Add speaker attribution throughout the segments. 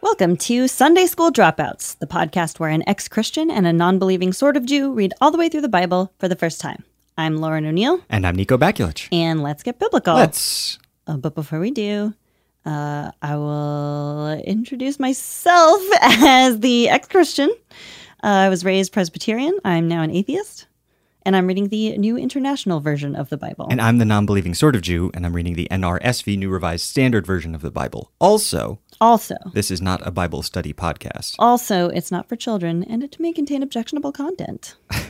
Speaker 1: Welcome to Sunday School Dropouts, the podcast where an ex Christian and a non believing sort of Jew read all the way through the Bible for the first time. I'm Lauren O'Neill,
Speaker 2: And I'm Nico Bakulich.
Speaker 1: and let's get biblical.
Speaker 2: Let's.
Speaker 1: Uh, but before we do, uh, I will introduce myself as the ex Christian. Uh, I was raised Presbyterian. I'm now an atheist, and I'm reading the New International Version of the Bible.
Speaker 2: And I'm the non believing sort of Jew, and I'm reading the NRSV New Revised Standard Version of the Bible. Also,
Speaker 1: also,
Speaker 2: this is not a Bible study podcast.
Speaker 1: also, it's not for children, and it may contain objectionable content. Oh,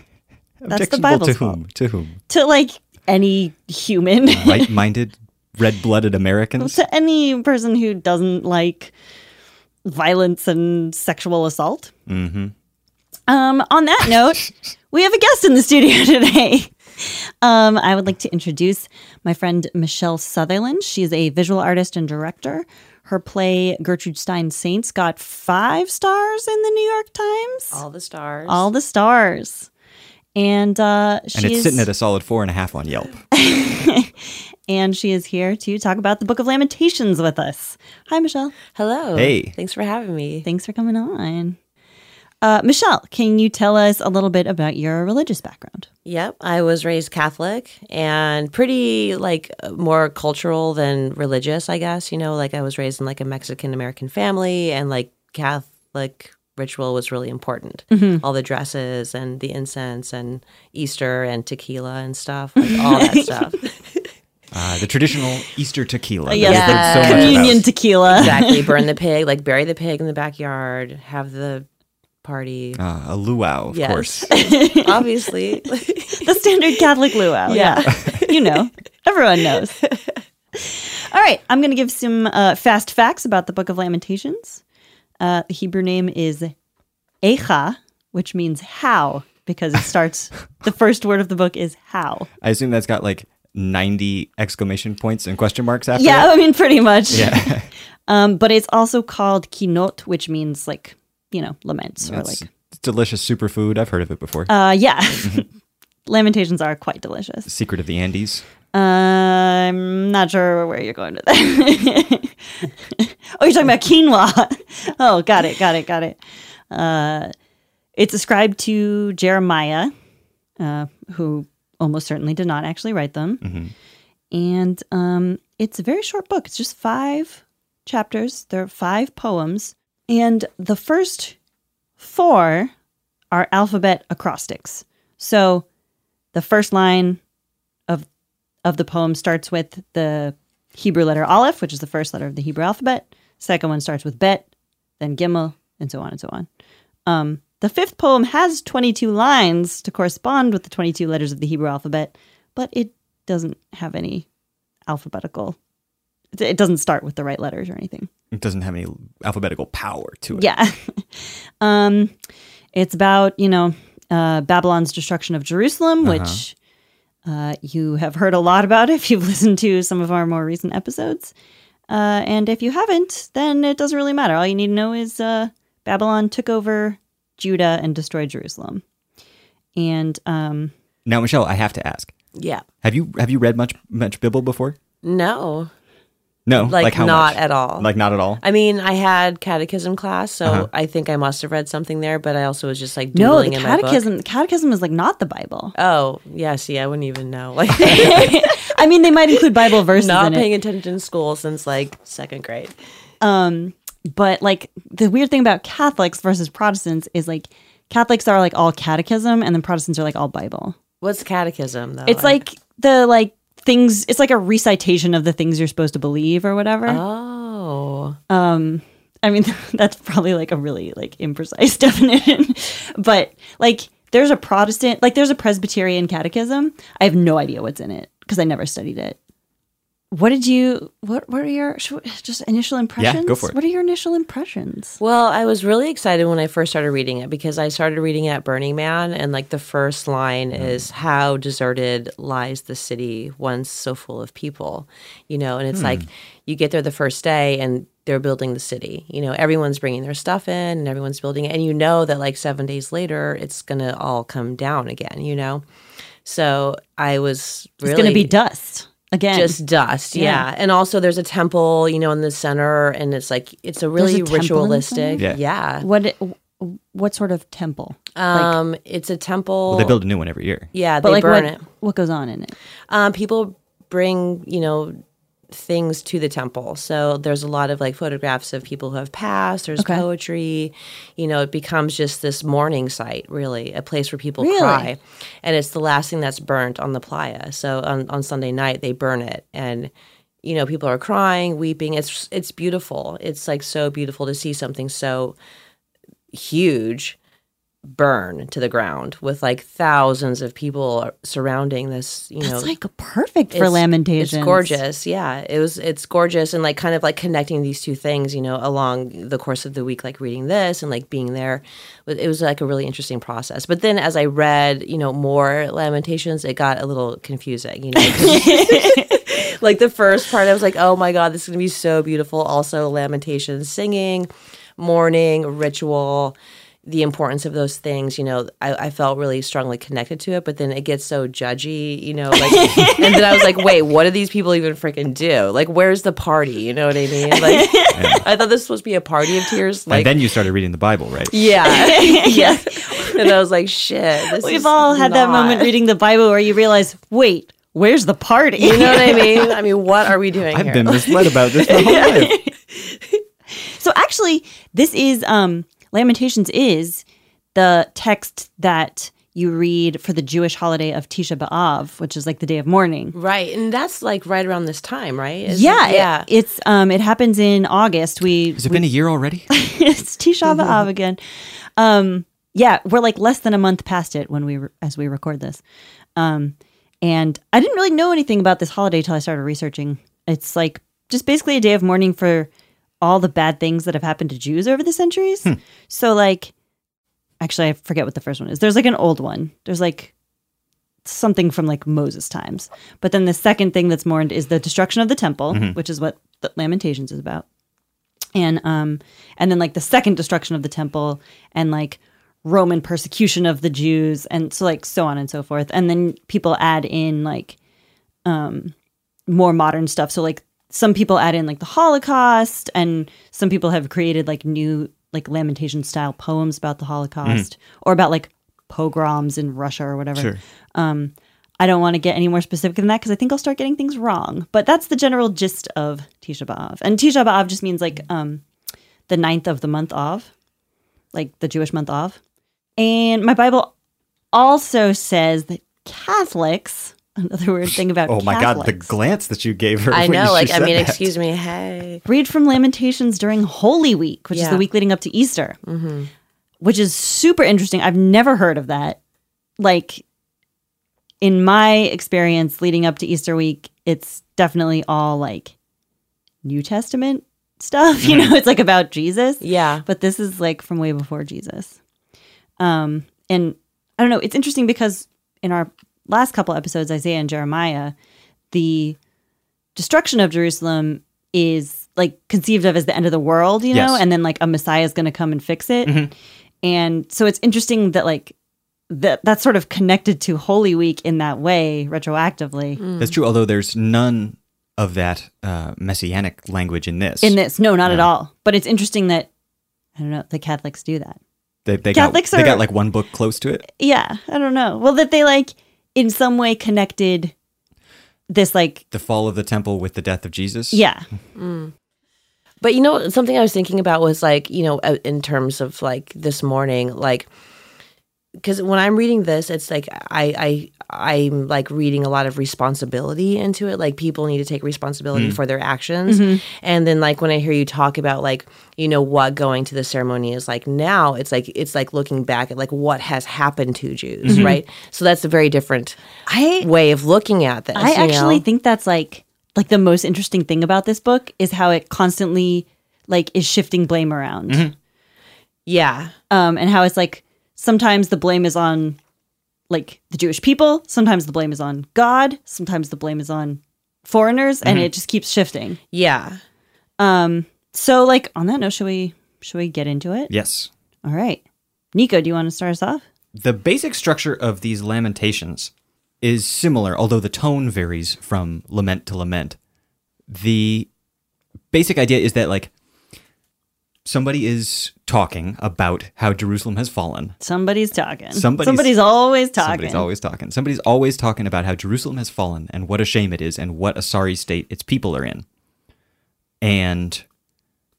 Speaker 1: That's the
Speaker 2: Objectionable
Speaker 1: Bible's
Speaker 2: to
Speaker 1: fault.
Speaker 2: whom? To whom?
Speaker 1: to like any human,
Speaker 2: Right minded, red blooded Americans?
Speaker 1: to any person who doesn't like violence and sexual assault.
Speaker 2: Mm-hmm.
Speaker 1: Um, on that note, we have a guest in the studio today. Um, I would like to introduce my friend Michelle Sutherland. She's a visual artist and director. Her play Gertrude Stein Saints got five stars in the New York Times. All,
Speaker 3: All the stars.
Speaker 1: the stars. And uh, she's
Speaker 2: And it's sitting at a solid four and a half on Yelp.
Speaker 1: and she is here to talk about the Book of Lamentations with us. Hi, Michelle.
Speaker 3: Hello.
Speaker 2: Hey.
Speaker 3: Thanks for having me.
Speaker 1: Thanks for coming on. Uh, Michelle, can you tell us a little bit about your religious background?
Speaker 3: Yep. I was raised Catholic and pretty like uh, more cultural than religious, I guess. You know, like I was raised in like a Mexican American family and like Catholic ritual was really important.
Speaker 2: Mm-hmm.
Speaker 3: All the dresses and the incense and Easter and tequila and stuff, like all that stuff.
Speaker 2: Uh, the traditional Easter tequila. that
Speaker 1: Oh, Yes,
Speaker 2: we've heard
Speaker 3: the
Speaker 2: so much about.
Speaker 1: Communion tequila.
Speaker 3: Exactly. Burn the pig, like bury the pig in the backyard, have the party.
Speaker 2: Uh, a luau, of
Speaker 3: Yes.
Speaker 2: course.
Speaker 3: Obviously.
Speaker 1: The standard Catholic luau. Yeah. you know, everyone knows. All right, I'm going to give some uh, fast facts about the Book of Lamentations. Uh, the Hebrew name is Echa, which means how, because it starts, the first word of the book is how.
Speaker 2: I assume that's got like 90 exclamation points and question marks after
Speaker 1: Yeah,
Speaker 2: it.
Speaker 1: I mean, pretty much.
Speaker 2: Yeah.
Speaker 1: Um, but it's also called kinot, which means like, you know, laments or
Speaker 2: That's
Speaker 1: like,
Speaker 2: delicious superfood. I've heard of it before.
Speaker 1: uh, yeah.
Speaker 2: Mm-hmm.
Speaker 1: Lamentations are quite delicious.
Speaker 2: Secret of the Andes.
Speaker 1: Uh, I'm not sure where you're going with that. oh, you're talking about quinoa. oh, got it, got it, got it. Uh, it's ascribed to Jeremiah, uh, who almost certainly did not actually write them.
Speaker 2: Mhm.
Speaker 1: And um, it's a very short book. It's just five chapters. There are five poems. And the first four are alphabet acrostics. So the first line of of the poem starts with the Hebrew letter Aleph, which is the first letter of the Hebrew alphabet. Second one starts with Bet, then Gimel, and so on and so on. Um, the fifth poem has 22 lines to correspond with the 22 letters of the Hebrew alphabet, but it doesn't have any alphabetical. it- It doesn't start with the right letters or anything.
Speaker 2: It doesn't have any alphabetical power to it.
Speaker 1: Yeah. um, it's about, you know, uh, Babylon's destruction of Jerusalem,
Speaker 3: Uh-huh.
Speaker 1: which uh, you have heard a lot about if you've listened to some of our more recent episodes. Uh, and if you haven't, then it doesn't really matter. All you need to know is uh, Babylon took over Judah and destroyed Jerusalem. And um,
Speaker 2: Now, Michelle, I have to ask:
Speaker 3: yeah.
Speaker 2: Have you have you read much much Bible before?
Speaker 3: No.
Speaker 2: No,
Speaker 3: Like,
Speaker 2: how
Speaker 3: not
Speaker 2: much?
Speaker 3: at all.
Speaker 2: Like Uh-huh. not at all.
Speaker 3: I mean, I had catechism class, so I think I must have read something there, but I also was just like
Speaker 1: no,
Speaker 3: doodling
Speaker 1: the
Speaker 3: in my book.
Speaker 1: catechism, the catechism is like not the Bible.
Speaker 3: Oh, yeah, see, I wouldn't even know. Like
Speaker 1: I mean, they might include Bible verses
Speaker 3: not
Speaker 1: in it.
Speaker 3: paying attention in school since like second grade.
Speaker 1: Um, but like the weird thing about Catholics versus Protestants is like Catholics are like all catechism and then Protestants are like all Bible.
Speaker 3: What's catechism though?
Speaker 1: It's like the like things it's like a recitation of the things you're supposed to believe or whatever.
Speaker 3: Oh.
Speaker 1: Um I mean that's probably like a really like imprecise definition. but like there's a Protestant like there's a Presbyterian catechism. I have no idea what's in it because I never studied it. What did you what what are your should we- just initial impressions?
Speaker 2: for it.
Speaker 1: What are your initial impressions?
Speaker 3: Well, I was really excited when I first started reading it because I started reading it at Burning Man and like the first line is how deserted lies the city once so full of people. You know, and it's like you get there the first day and they're building the city. You know, everyone's bringing their stuff in and everyone's building it and you know that like 7 days later it's going to all come down again, you know. So, I was really
Speaker 1: It's going to be dust. Again,
Speaker 3: just dust yeah.
Speaker 1: Yeah.
Speaker 3: and also there's a temple you know in the center and it's like it's a really
Speaker 1: temple in the
Speaker 3: ritualistic
Speaker 2: center?
Speaker 3: yeah,
Speaker 1: what what sort of temple?
Speaker 3: um it's a temple
Speaker 2: Well, they build a new one every year.
Speaker 3: yeah they burn
Speaker 1: what
Speaker 3: it
Speaker 1: what goes on in it?
Speaker 3: um people bring you know things to the temple so there's a lot of like photographs of people who have passed there's
Speaker 1: Okay.
Speaker 3: poetry you know it becomes just this mourning site really a place where people
Speaker 1: Really?
Speaker 3: cry and it's the last thing that's burnt on the playa so on, on sunday night they burn it and you know people are crying weeping it's it's beautiful it's like so beautiful to see something so huge burn to the ground with like thousands of people surrounding this you know
Speaker 1: That's like perfect for
Speaker 3: it's-
Speaker 1: lamentations.
Speaker 3: It's gorgeous. Yeah. It was it's gorgeous and like kind of like connecting these two things, you know, along the course of the week like reading this and like being there. But It was like a really interesting process. But then as I read, you know, more Lamentations, it got a little confusing, you know. like the first part I was like, "Oh my god, this is going to be so beautiful." Also Lamentations singing, mourning, ritual, the importance of those things, you know, I, I felt really strongly connected to it, but then it gets so judgy, you know, like, and then I was like, wait, what do these people even freaking do? Like, where's the party? You know what I mean? Like, I thought this was supposed to be a party of tears.
Speaker 2: and
Speaker 3: Like,
Speaker 2: then you started reading the Bible, right?
Speaker 3: yeah, yeah. And I was like, shit, this is
Speaker 1: We've all had that
Speaker 3: not-
Speaker 1: moment reading the Bible where you realize, wait, where's the party?
Speaker 3: You know what I mean? I mean, what are we doing
Speaker 2: I've
Speaker 3: here?
Speaker 2: been misled about this my whole life.
Speaker 1: So actually, this is um Lamentations is the text that you read for the Jewish holiday of Tisha B'Av, which is like the day of mourning.
Speaker 3: right. And that's like right around this time, right? Isn't-
Speaker 1: Yeah, it-
Speaker 3: yeah.
Speaker 1: it's um it happens in August. We
Speaker 2: Has it been a year already?
Speaker 1: it's Tisha B'Av again. Um yeah, we're like less than a month past it when we re- as we record this. Um and I didn't really know anything about this holiday till I started researching. It's like just basically a day of mourning for all the bad things that have happened to Jews over the centuries. So like actually I forget what the first one is. There's like an old one. There's like something from like Moses times. But then the second thing that's mourned is the destruction of the temple, which is what the Lamentations is about. And um and then like the second destruction of the temple and like Roman persecution of the Jews and so like so on and so forth. And then people add in like um more modern stuff. So like some people add in like the Holocaust and some people have created like new like lamentation style poems about the Holocaust
Speaker 2: Mm-hmm.
Speaker 1: or about like pogroms in Russia or whatever. Um, I don't want to get any more specific than that because I think I'll start getting things wrong. But that's the general gist of Tisha B'av. And Tisha B'av just means like um, the ninth of the month of, like the Jewish month of. And my Bible also says that Catholics, another weird thing about
Speaker 2: Oh my God, the
Speaker 1: Catholics,
Speaker 2: glance that you gave her.
Speaker 3: I
Speaker 2: when
Speaker 3: know.
Speaker 2: she
Speaker 3: Like, I
Speaker 2: said
Speaker 3: mean,
Speaker 2: that.
Speaker 3: excuse me. Hey.
Speaker 1: read from Lamentations during Holy Week, which is
Speaker 3: Yeah.
Speaker 1: the week leading up to Easter, which is super interesting. I've never heard of that. Like, in my experience leading up to Easter week, it's definitely all like New Testament stuff. You know, it's like about Jesus
Speaker 3: Yeah.
Speaker 1: but this is like from way before Jesus. Um, and I don't know. It's interesting because in our last couple episodes, Isaiah and Jeremiah, the destruction of Jerusalem is like conceived of as the end of the world, you know,
Speaker 2: Yes.
Speaker 1: and then like a Messiah is going to come and fix it. And so it's interesting that like that that's sort of connected to Holy Week in that way retroactively.
Speaker 2: That's true. Although there's none of that uh, messianic language in this.
Speaker 1: In this, no, not at all. But it's interesting that I don't know the Catholics do that.
Speaker 2: they, they
Speaker 1: Catholics
Speaker 2: got, they
Speaker 1: are-
Speaker 2: got like one book close to it.
Speaker 1: yeah i don't know well that they like in some way connected this like
Speaker 2: The fall of the temple with the death of Jesus.
Speaker 1: yeah
Speaker 3: mm. But you know, something I was thinking about was like, you know, uh, in terms of like this morning, like, because when I'm reading this, it's like I I I'm like reading a lot of responsibility into it. Like people need to take
Speaker 2: Mm.
Speaker 3: responsibility for their actions. And then like when I hear you talk about like you know what going to the ceremony is like now, it's like it's like looking back at like what has happened to Jews,
Speaker 2: Mm-hmm.
Speaker 3: right? So that's a very different
Speaker 1: i
Speaker 3: way of looking at this.
Speaker 1: i
Speaker 3: you
Speaker 1: actually
Speaker 3: know?
Speaker 1: think that's like like the most interesting thing about this book is how it constantly like is shifting blame around
Speaker 3: yeah.
Speaker 1: um and how it's like sometimes the blame is on like the jewish people sometimes the blame is on god sometimes the blame is on foreigners and it just keeps shifting Um,
Speaker 3: Yeah.
Speaker 1: so like on that note should we should we get into it
Speaker 2: Yes.
Speaker 1: all right nico do you want to start us off
Speaker 2: The basic structure of these lamentations is similar, although the tone varies from lament to lament. The basic idea is that like somebody is talking about how Jerusalem has fallen.
Speaker 1: Somebody's talking.
Speaker 2: Somebody's-
Speaker 1: Somebody's always talking.
Speaker 2: Somebody's always talking. Somebody's always talking about how Jerusalem has fallen and what a shame it is and what a sorry state its people are in. And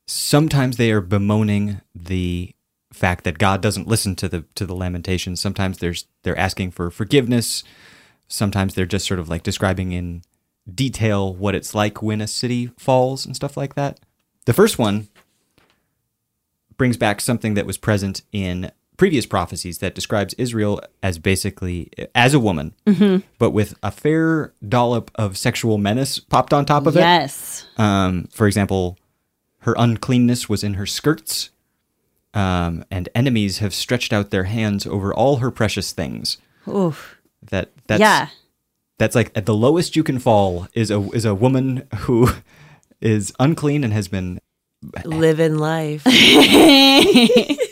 Speaker 2: sometimes they are bemoaning the fact that God doesn't listen to the to the lamentations. Sometimes there's they're asking for forgiveness. Sometimes they're just sort of like describing in detail what it's like when a city falls and stuff like that. The first one brings back something that was present in previous prophecies that describes Israel as basically as a woman,
Speaker 1: Mm-hmm.
Speaker 2: but with a fair dollop of sexual menace popped on top of it.
Speaker 1: yes.
Speaker 2: Um, for example, her uncleanness was in her skirts, um, and enemies have stretched out their hands over all her precious things.
Speaker 1: Oof.
Speaker 2: That that's
Speaker 1: yeah.
Speaker 2: that's like at the lowest you can fall is a is a woman who is unclean and has been
Speaker 3: Living life.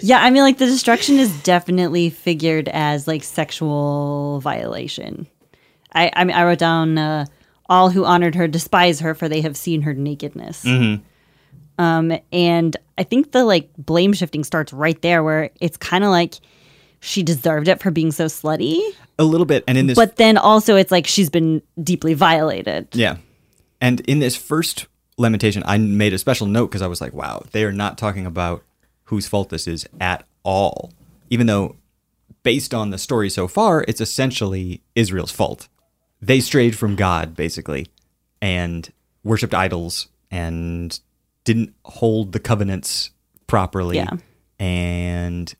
Speaker 1: Yeah, I mean like the destruction is definitely figured as like sexual violation. I I mean I wrote down uh, all who honored her despise her for they have seen her nakedness.
Speaker 2: Mm-hmm.
Speaker 1: Um and I think the like blame shifting starts right there where it's kind of like she deserved it for being so slutty,
Speaker 2: a little bit, and in this
Speaker 1: but then also it's like she's been deeply violated.
Speaker 2: Yeah. And in this first lamentation, I made a special note because I was like, wow, they are not talking about whose fault this is at all. Even though, based on the story so far, it's essentially Israel's fault. They strayed from God, basically, and worshiped idols and didn't hold the covenants properly.
Speaker 1: Yeah.
Speaker 2: And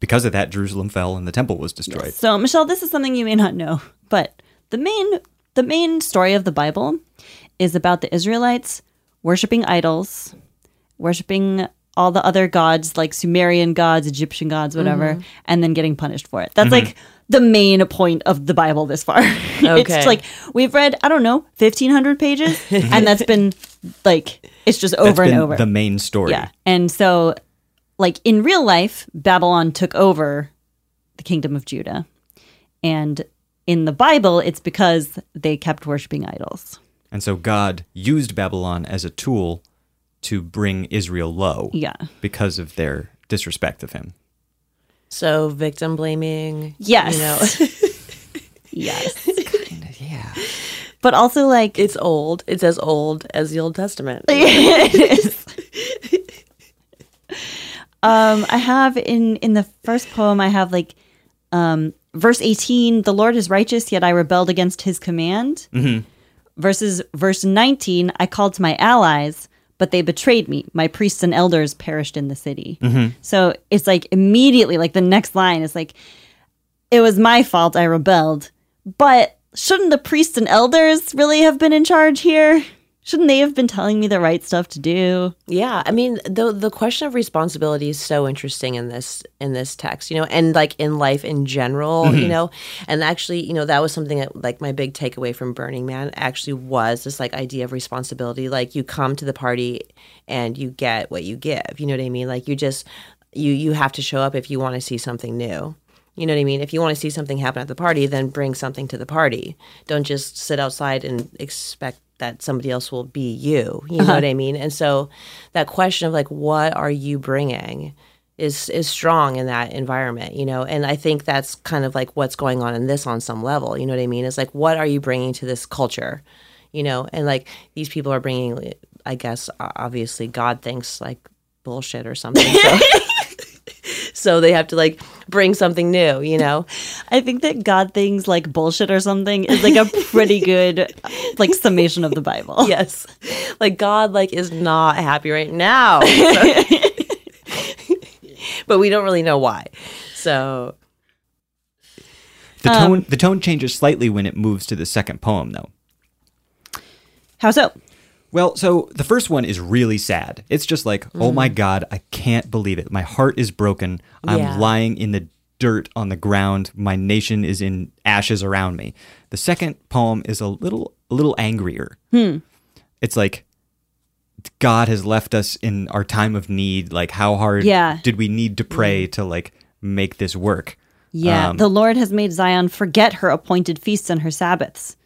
Speaker 2: because of that, Jerusalem fell and the temple was destroyed.
Speaker 1: So, Michelle, this is something you may not know, but the main the main story of the Bible is about the Israelites worshiping idols, worshiping all the other gods like Sumerian gods, Egyptian gods, whatever,
Speaker 2: Mm-hmm.
Speaker 1: and then getting punished for it. That's like the main point of the Bible this far. it's
Speaker 3: Okay.
Speaker 1: just like we've read, I don't know, 1500 pages and that's been like it's just
Speaker 2: That's
Speaker 1: over
Speaker 2: been
Speaker 1: and over.
Speaker 2: the main story.
Speaker 1: Yeah. And so, like in real life, Babylon took over the kingdom of Judah. And in the Bible, it's because they kept worshiping idols.
Speaker 2: And so God used Babylon as a tool to bring Israel low
Speaker 1: Yeah.
Speaker 2: because of their disrespect of him.
Speaker 3: So victim blaming.
Speaker 1: Yes.
Speaker 3: You know,
Speaker 1: Yes.
Speaker 2: Yeah.
Speaker 1: but also, like,
Speaker 3: it's old. It's as old as the Old Testament.
Speaker 1: um, I have in in the first poem, I have like um, verse eighteen: "The Lord is righteous, yet I rebelled against His command." Versus verse nineteen: "I called to my allies, but they betrayed me. My priests and elders perished in the city." So it's like immediately, like the next line is like, "It was my fault. I rebelled." But shouldn't the priests and elders really have been in charge here? Shouldn't they have been telling me the right stuff to do?
Speaker 3: Yeah, I mean the the question of responsibility is so interesting in this in this text, you know, and like in life in general, you know, and actually, you know, that was something that like my big takeaway from Burning Man actually was this like idea of responsibility. Like you come to the party and you get what you give. You know what I mean? Like you just you you have to show up if you want to see something new. You know what I mean? If you want to see something happen at the party, then bring something to the party. Don't just sit outside and expect that somebody else will be you. You know what I mean? And so that question of like what are you bringing is is strong in that environment, you know? And I think that's kind of like what's going on in this on some level. You know what I mean? It's like what are you bringing to this culture? You know, and like these people are bringing I guess o- obviously God thinks like bullshit or something. So so they have to like bring something new, you know.
Speaker 1: I think that God things like bullshit or something is like a pretty good like summation of the Bible.
Speaker 3: yes. Like God like is not happy right now. but we don't really know why. So
Speaker 2: The tone the tone changes slightly when it moves to the second poem though.
Speaker 1: How so?
Speaker 2: Well, so the first one is really sad. It's just like, "Oh my god, I can't believe it. My heart is broken. I'm
Speaker 3: Yeah.
Speaker 2: lying in the dirt on the ground. My nation is in ashes around me." The second poem is a little a little angrier. It's like God has left us in our time of need. Like, how hard
Speaker 1: Yeah.
Speaker 2: did we need to pray to like make this work?
Speaker 1: Yeah.
Speaker 2: Um,
Speaker 1: the Lord has made Zion forget her appointed feasts and her Sabbaths.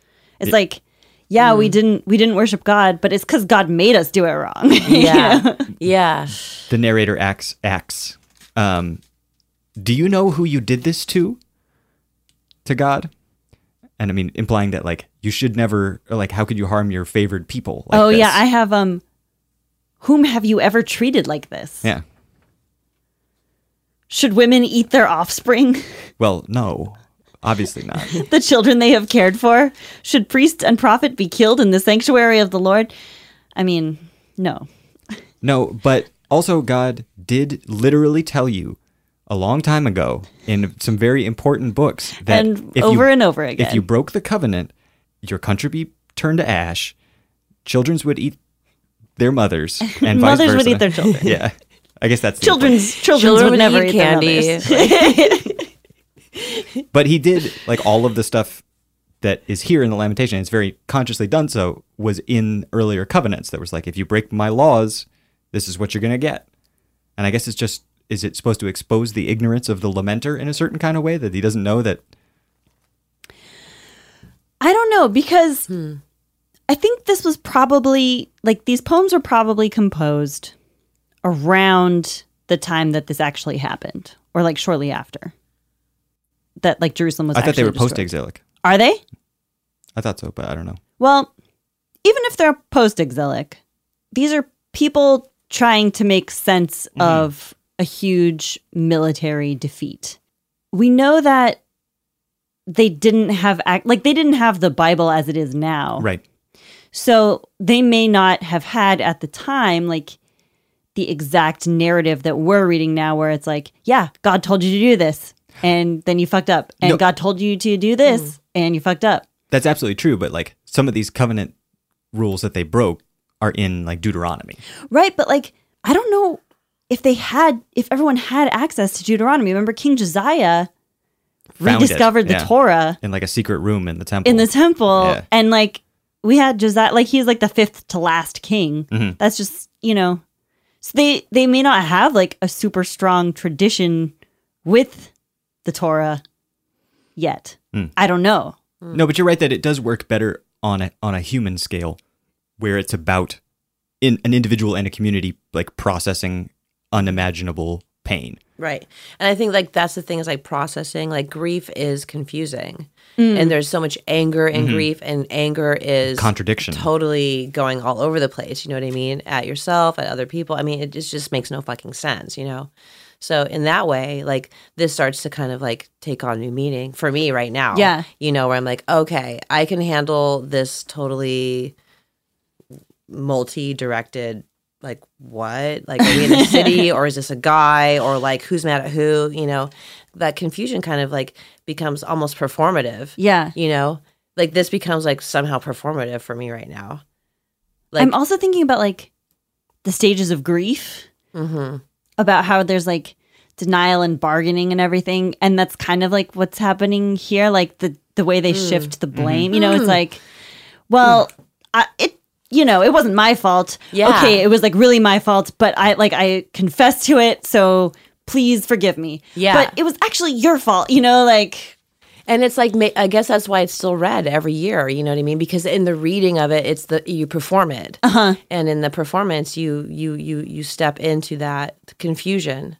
Speaker 1: It's like, yeah, we didn't we didn't worship God, but it's because God made us do it wrong.
Speaker 3: Yeah. yeah.
Speaker 2: the narrator acts acts um, do you know who you did this to to god and i mean implying that like you should never or, like how could you harm your favored people like
Speaker 1: oh yeah,
Speaker 2: this?
Speaker 1: I have um whom have you ever treated like this?
Speaker 2: yeah
Speaker 1: Should women eat their offspring,
Speaker 2: well no obviously not
Speaker 1: the children they have cared for? Should priest and prophet be killed in the sanctuary of the Lord? I mean, no.
Speaker 2: no but also god did literally tell you a long time ago in some very important books that
Speaker 1: and
Speaker 2: if
Speaker 1: over
Speaker 2: you,
Speaker 1: and over again.
Speaker 2: if you broke the covenant your country be turned to ash children's would eat their mothers and vice
Speaker 1: Mothers would
Speaker 2: versa.
Speaker 1: eat their children.
Speaker 2: yeah. I guess that's the
Speaker 1: Children's children's
Speaker 3: Children
Speaker 1: would
Speaker 3: would
Speaker 1: never
Speaker 3: eat
Speaker 1: eat their
Speaker 3: candy.
Speaker 1: mothers.
Speaker 2: implication. But he did like all of the stuff that is here in the lamentation. It's very consciously done. So was in earlier covenants that was like, if you break my laws, this is what you're gonna get. And I guess it's just is it supposed to expose the ignorance of the lamenter in a certain kind of way that he doesn't know that
Speaker 1: I don't know because
Speaker 3: Hmm.
Speaker 1: I think this was probably like these poems were probably composed around the time that this actually happened or like shortly after that like Jerusalem was
Speaker 2: I thought they
Speaker 1: actually
Speaker 2: were post
Speaker 1: destroyed.
Speaker 2: exilic.
Speaker 1: Are they?
Speaker 2: I thought so, but I don't know.
Speaker 1: Well, even if they're post-exilic, these are people trying to make sense
Speaker 2: Mm-hmm.
Speaker 1: of a huge military defeat. We know that they didn't have act like they didn't have the Bible as it is now.
Speaker 2: Right.
Speaker 1: So they may not have had at the time like the exact narrative that we're reading now where it's like, yeah, God told you to do this and then you fucked up and
Speaker 2: No. Mm.
Speaker 1: God told you to do this and you fucked up.
Speaker 2: That's absolutely true, but like some of these covenant rules that they broke are in like Deuteronomy.
Speaker 1: Right, but like I don't know if they had if everyone had access to Deuteronomy. Remember King Josiah
Speaker 2: Found it,
Speaker 1: rediscovered the
Speaker 2: yeah.
Speaker 1: Torah
Speaker 2: in like a secret room in the temple.
Speaker 1: in the temple
Speaker 2: Yeah.
Speaker 1: and like we had Josiah like he's like the fifth to last king.
Speaker 2: Mm-hmm.
Speaker 1: That's just, you know. So they they may not have like a super strong tradition with the Torah yet.
Speaker 2: Hmm.
Speaker 1: I don't know.
Speaker 2: no, but you're right that it does work better on a on a human scale, where it's about in an individual and a community like processing unimaginable pain.
Speaker 3: Right. And I think like that's the thing is like processing, like grief is confusing. And there's so much anger in grief and anger is
Speaker 2: Contradiction.
Speaker 3: totally going all over the place, you know what I mean? At yourself, at other people. I mean, it just, just makes no fucking sense, you know. So in that way, like this starts to kind of like take on new meaning for me right now.
Speaker 1: Yeah.
Speaker 3: You know, where I'm like, okay, I can handle this totally multi-directed like what like are we in a city or is this a guy or like who's mad at who you know that confusion kind of like becomes almost performative
Speaker 1: Yeah.
Speaker 3: you know like this becomes like somehow performative for me right now like
Speaker 1: I'm also thinking about like the stages of grief.
Speaker 3: mhm.
Speaker 1: about how there's like denial and bargaining and everything and that's kind of like what's happening here like the the way they
Speaker 3: Mm.
Speaker 1: shift
Speaker 3: Mm-hmm.
Speaker 1: the blame you know it's like well I, it you know it wasn't my fault
Speaker 3: Yeah.
Speaker 1: okay it was like really my fault but i like i confess to it so please forgive me
Speaker 3: Yeah.
Speaker 1: but it was actually your fault you know like
Speaker 3: And it's like ma- I guess that's why it's still read every year. You know what I mean? Because in the reading of it, it's the you perform it, uh-huh. and in the performance, you you you you step into that confusion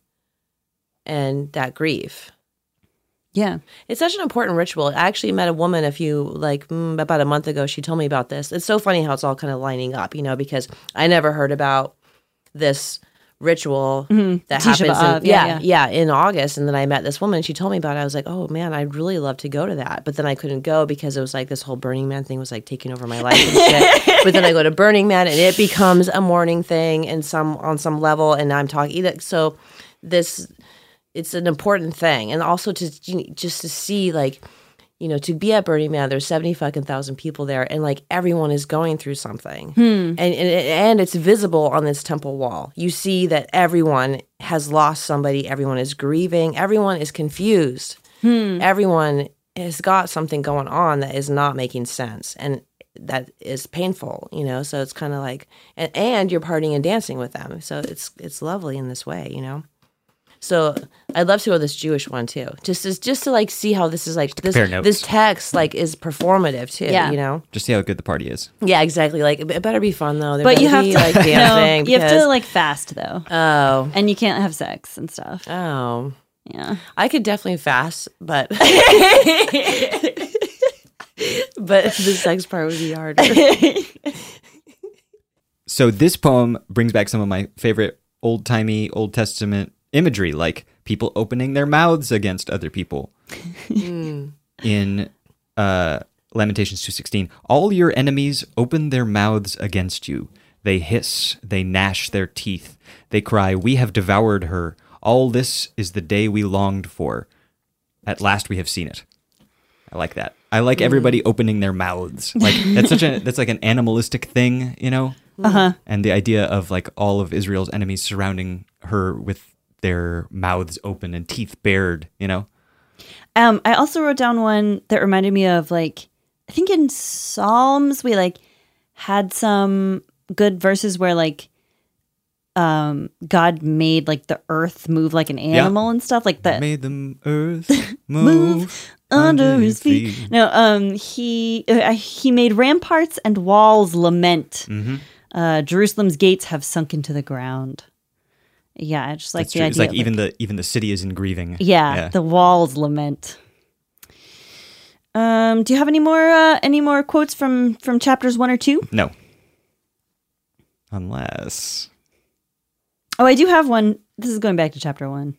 Speaker 3: and that grief.
Speaker 1: yeah
Speaker 3: It's such an important ritual. I actually met a woman a few, like mm, about a month ago. She told me about this. It's so funny how it's all kind of lining up, you know, because I never heard about this ritual that
Speaker 1: Mm-hmm. Tisha
Speaker 3: happens.
Speaker 1: B'Av,
Speaker 3: in,
Speaker 1: yeah,
Speaker 3: yeah, yeah, in August. And then I met this woman. She told me about it. I was like, oh man, I'd really love to go to that. But then I couldn't go because it was like this whole Burning Man thing was like taking over my life. And shit. but then I go to Burning Man and it becomes a morning thing and some on some level. And I'm talking so this it's an important thing and also to just to see like you know to be at burning man there's 70 fucking thousand people there and like everyone is going through something and, and and it's visible on this temple wall you see that everyone has lost somebody everyone is grieving everyone is confused Mm-hmm. everyone has got something going on that is not making sense and that is painful you know so it's kind of like and, and you're partying and dancing with them so it's it's lovely in this way you know So I'd love to go this Jewish one too, just as just to like see how this is like this
Speaker 2: compare notes.
Speaker 3: this text like is performative too.
Speaker 1: Yeah.
Speaker 3: You know.
Speaker 2: Just see how good the party is.
Speaker 3: Yeah, exactly. Like it better be fun though. There
Speaker 1: But you have
Speaker 3: better be,
Speaker 1: to
Speaker 3: like dancing.
Speaker 1: no, you have to
Speaker 3: because-
Speaker 1: like fast though,
Speaker 3: oh
Speaker 1: and you can't have sex and stuff.
Speaker 3: oh.
Speaker 1: Yeah,
Speaker 3: I could definitely fast, but but the sex part would be harder.
Speaker 2: So this poem brings back some of my favorite old timey Old Testament imagery, like people opening their mouths against other people. In uh, Lamentations two sixteen, all your enemies open their mouths against you. They hiss, they gnash their teeth, they cry, "We have devoured her." All this is the day we longed for. At last, we have seen it. I like that. I
Speaker 1: Mm.
Speaker 2: like everybody opening their mouths. Like that's such a that's like an animalistic thing, you know. Uh-huh. And the idea of like all of Israel's enemies surrounding her with their mouths open and teeth bared, you know.
Speaker 1: Um, I also wrote down one that reminded me of like I think in Psalms we like had some good verses where like um God made like the earth move like an animal and stuff like that
Speaker 2: Made the earth move
Speaker 1: Uh, under his feet. No, um he uh, he made ramparts and walls lament.
Speaker 2: Mm-hmm.
Speaker 1: Uh Jerusalem's gates have sunk into the ground. Yeah, I just like
Speaker 2: It's,
Speaker 1: the
Speaker 2: true.
Speaker 1: idea.
Speaker 2: it's like
Speaker 1: of,
Speaker 2: even the even the city is in grieving.
Speaker 1: yeah, the walls lament. Um, do you have any more uh, any more quotes from from chapters one or two?
Speaker 2: no. Unless
Speaker 1: Oh, I do have one. This is going back to chapter one.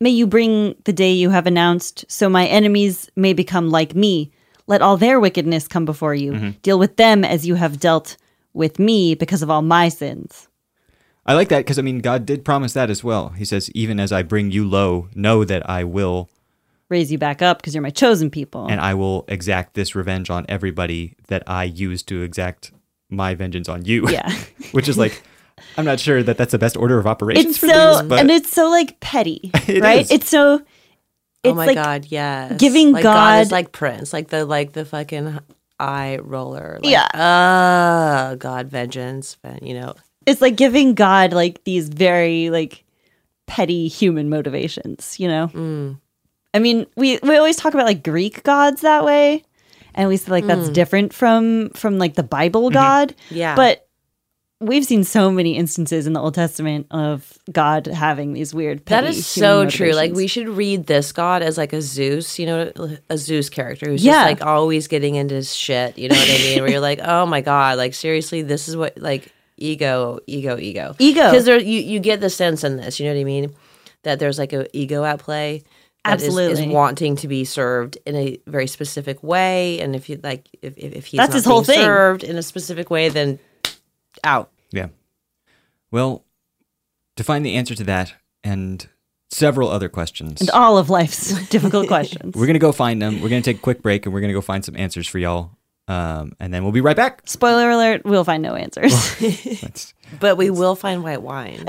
Speaker 1: May you bring the day you have announced, so my enemies may become like me. Let all their wickedness come before you.
Speaker 2: Mm-hmm.
Speaker 1: Deal with them as you have dealt with me because of all my sins.
Speaker 2: I like that because I mean God did promise that as well. He says, "Even as I bring you low, know that I will."
Speaker 1: Raise you back up because you're my chosen people.
Speaker 2: and I will exact this revenge on everybody that I use to exact my vengeance on you.
Speaker 1: Yeah.
Speaker 2: Which is like, I'm not sure that that's the best order of operations
Speaker 1: it's
Speaker 2: for
Speaker 1: so
Speaker 2: things, but
Speaker 1: and it's so like petty,
Speaker 2: It
Speaker 1: right?
Speaker 2: is.
Speaker 1: It's so. It's
Speaker 3: oh my
Speaker 1: like,
Speaker 3: god, yes.
Speaker 1: giving
Speaker 3: like, God is
Speaker 1: God-
Speaker 3: like Prince, like the like the fucking eye roller. Like,
Speaker 1: Yeah.
Speaker 3: Oh God, vengeance, but you know.
Speaker 1: it's like giving God like these very like petty human motivations, you know?
Speaker 3: mm,
Speaker 1: I mean, we we always talk about like Greek gods that way. And we say like that's different from from like the Bible God.
Speaker 3: Hmm. Mm-hmm. Yeah.
Speaker 1: But we've seen so many instances in the Old Testament of God having these weird petty
Speaker 3: That is
Speaker 1: human
Speaker 3: so true. Like
Speaker 1: motivations.
Speaker 3: we should read this God as like a Zeus, you know, a Zeus character who's
Speaker 1: Yeah.
Speaker 3: just like always getting into his shit. You know what I mean? Where you're like, oh my god, like seriously, this is what like ego, ego, ego,
Speaker 1: Ego.
Speaker 3: Because there you you get the sense in this, you know what I mean, that there's like a ego at play. that is- is,
Speaker 1: Absolutely.
Speaker 3: wanting to be served in a very specific way, and if you like, if if, if he's
Speaker 1: That's
Speaker 3: not
Speaker 1: his whole
Speaker 3: being
Speaker 1: thing.
Speaker 3: served in a specific way, then out.
Speaker 2: yeah. Well, to find the answer to that and several other questions,
Speaker 1: and all of life's difficult questions.
Speaker 2: we're gonna go find them. We're gonna take a quick break and we're gonna go find some answers for y'all, um, and then we'll be right back.
Speaker 1: Spoiler alert, we'll find no answers.
Speaker 2: That's-
Speaker 3: But we will find white wine.